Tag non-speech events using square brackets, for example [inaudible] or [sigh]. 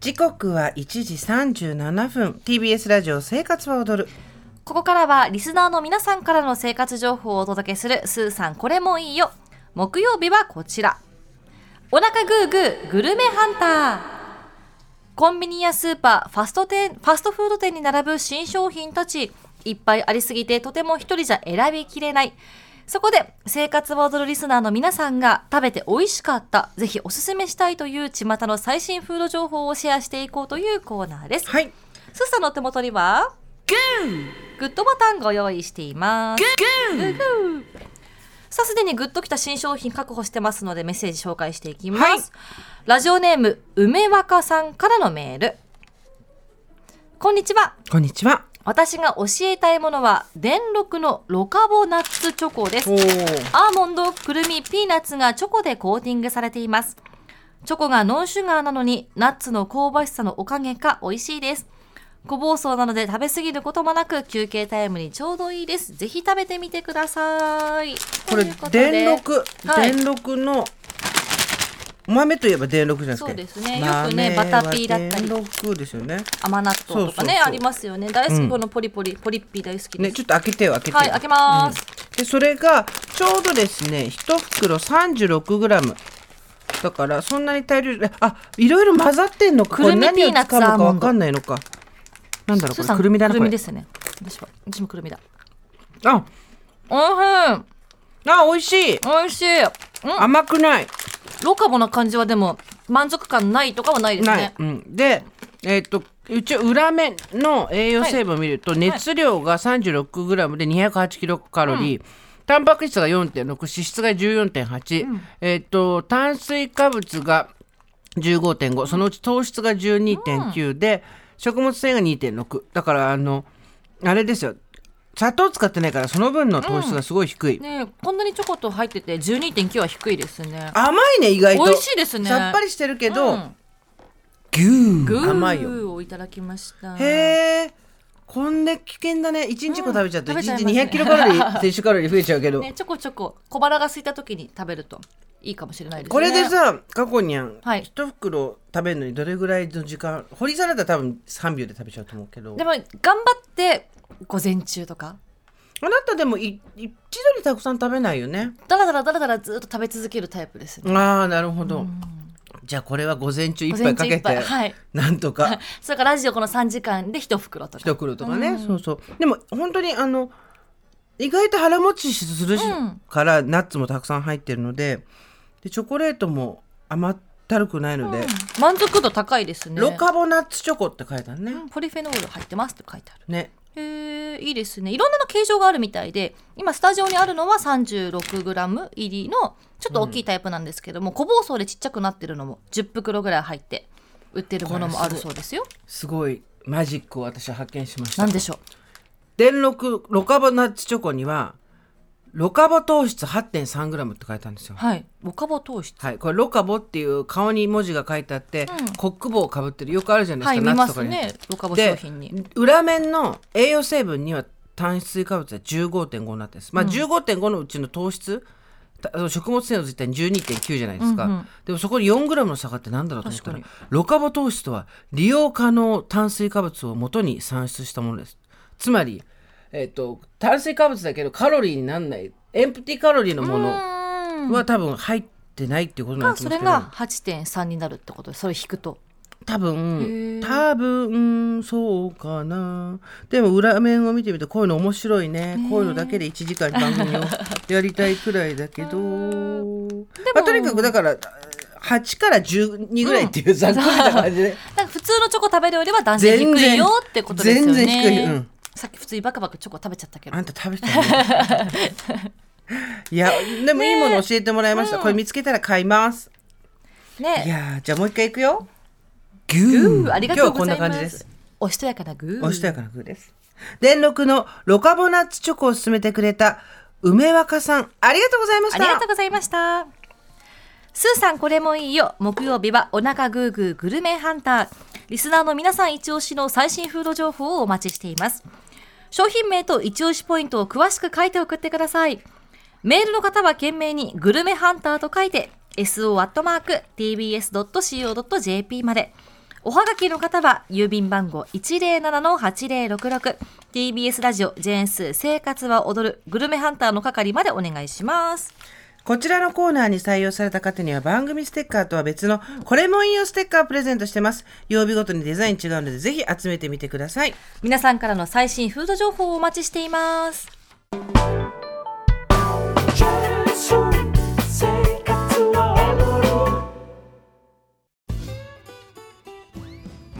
時刻は1時37分 TBS ラジオ生活は踊るここからはリスナーの皆さんからの生活情報をお届けするスーさんこれもいいよ木曜日はこちらお腹グーグーグルメハンターコンビニやスーパーファスト店ファストフード店に並ぶ新商品たちいっぱいありすぎてとても一人じゃ選びきれないそこで生活を踊るリスナーの皆さんが食べて美味しかったぜひおすすめしたいという巷の最新フード情報をシェアしていこうというコーナーですはいスーさんのお手元にはグッドボタンご用意していますさあすでにグッときた新商品確保してますのでメッセージ紹介していきます、はいラジオネーム梅若さんからのメールこんにちはこんにちは私が教えたいものは電録のロカボナッツチョコですおおアーモンド、くるみ、ピーナッツがチョコでコーティングされています。チョコがノンシュガーなのに、ナッツの香ばしさのおかげか美味しいです。小房草なので食べ過ぎることもなく休憩タイムにちょうどいいです。ぜひ食べてみてください。これというとで電録、はい電録のお豆といえば電録じゃないですかそうですねよくね豆バタピーだったりは電録ですよね甘納豆とかねそうそうそうありますよね。大好うきんこのポリポリ、ポリッピー大好きでねす。ちょっと開けてよ開けてよはい、開けます。でそれがちょうどですね1袋 36g だからそんなに大量えあいろいろ混ざってんのかくるみこれ何を使うのピーナッツアかーモンわドかんないのかなんだろうスこーれさんくるみだなくこるみでれすね。私は、私もくるみだ。あおいしい。あ美味しいおいしい。うん [laughs] 甘くないロカボな感じはでも満足感ないとかはないですないね。、うん、でえっとうち裏面の栄養成分を見ると、熱量が 36g で 208kcal、タンパク質が4.6脂質が14.8、えっと炭水化物が15.5そのうち糖質が12.9で、食物繊維が2.6だからあのあれですよ砂糖使ってないからその分の糖質がすごい低い、ねえこんなにチョコと入ってて12.9は低いですね。甘いね意外と美味しいですね。さっぱりしてるけど、うんギュグー甘いよーをいただきました。へえ。こんな危険だね。一日こう食べちゃうとうん一食べ日ちゃいますね200キロカロリ [laughs] ー摂取カロリー増えちゃうけど。ねちょこちょこ小腹が空いた時に食べるといいかもしれないですね。これでさ、過去にゃん、はい一袋食べるのにどれぐらいの時間、堀さんだったら多分3秒で食べちゃうと思うけどで。も頑張って午前中とかあなたでもい一度にたくさん食べないよね。だらだらだらだらずっと食べ続けるタイプですね。ああ、なるほど。じゃあこれは午前中一午杯前か中けいっぱて、いはい。なんとかそれからラジオこの3時間で一袋と一か。袋とかね、そうそう。でも本当にあの、意外と腹持ちするしうんからナッツもたくさん入ってるのででチョコレートも甘ったるくないので、満足度高いですね。ロカボナッツチョコって書いてあるね。うんポリフェノール入ってますって書いてある。ねへえいいですねいろんなの形状があるみたいで今スタジオにあるのは 36g 入りのちょっと大きいタイプなんですけども、小包装でちっちゃくなってるのも10袋ぐらい入って売ってるものもあるそうですよすごいマジックを私は発見しましたなん。でしょ電録ロカボナッツチョコにはロカボ糖質 8.3g って書いてあるんですよう。はいロカボ糖質はい、これロカボっていう顔に文字が書いてあって、コック帽をかぶってるよくあるじゃなはいいですか、見ナッまツとすかにねロカボ商で品に裏面の栄養成分には炭水化物は15.5になってます、まあ、15.5のうちの糖質た食物繊維の実態12.9じゃないですか、でもそこに 4g の差があって何だろうと思ったら確ロカボ糖質とは利用可能炭水化物を元に算出したものですつまり、えっと炭水化物だけどカロリーにならないエンプティカロリーのもうのーんは多分入ってないっていうことなんだがとそ思うれんですけどが8.3になるってことでそれ引くと多分へー多分そうかなでも裏面を見てみてこういうの面白いねこういうのだけで1時間番組をやりたいくらいだけどまあ、とにかくだから8から12ぐらいっていうざっくりな感じで、なんか普通のチョコ食べるよりは断然全低然いよってことですよね全然低いうんさっき普通にバカバカチョコ食べちゃったけどあんた食べてた [laughs] ねいやでもいいもの教えてもらいました、これ見つけたら買いますいねやーじゃあもう一回いくよぎグーありがとうござい今日はこんな感まじですすおしとやかなグーおしとやかな風です。電録のロカボナッツチョコを勧めてくれた梅若さん、ありがとうございましあた。りがとうございました。スーさんこれもいいよ。木曜日はお腹グーグーグルメハンター。リスナーの皆さん一押しの最新フード情報をお待ちしています。商品名と一押しポイントを詳しく書いて送ってください。メールの方は懸命にグルメハンターと書いて so.tbs.co.jp まで。おはがきの方は郵便番号 107-8066TBS ラジオ JS 生活は踊るグルメハンターの係までお願いしますこちらのコーナーに採用された方には番組ステッカーとは別のこれもいいよステッカーをプレゼントしてます。曜日ごとにデザイン違うのでぜひ集めてみてください。皆さんからの最新フード情報をお待ちしています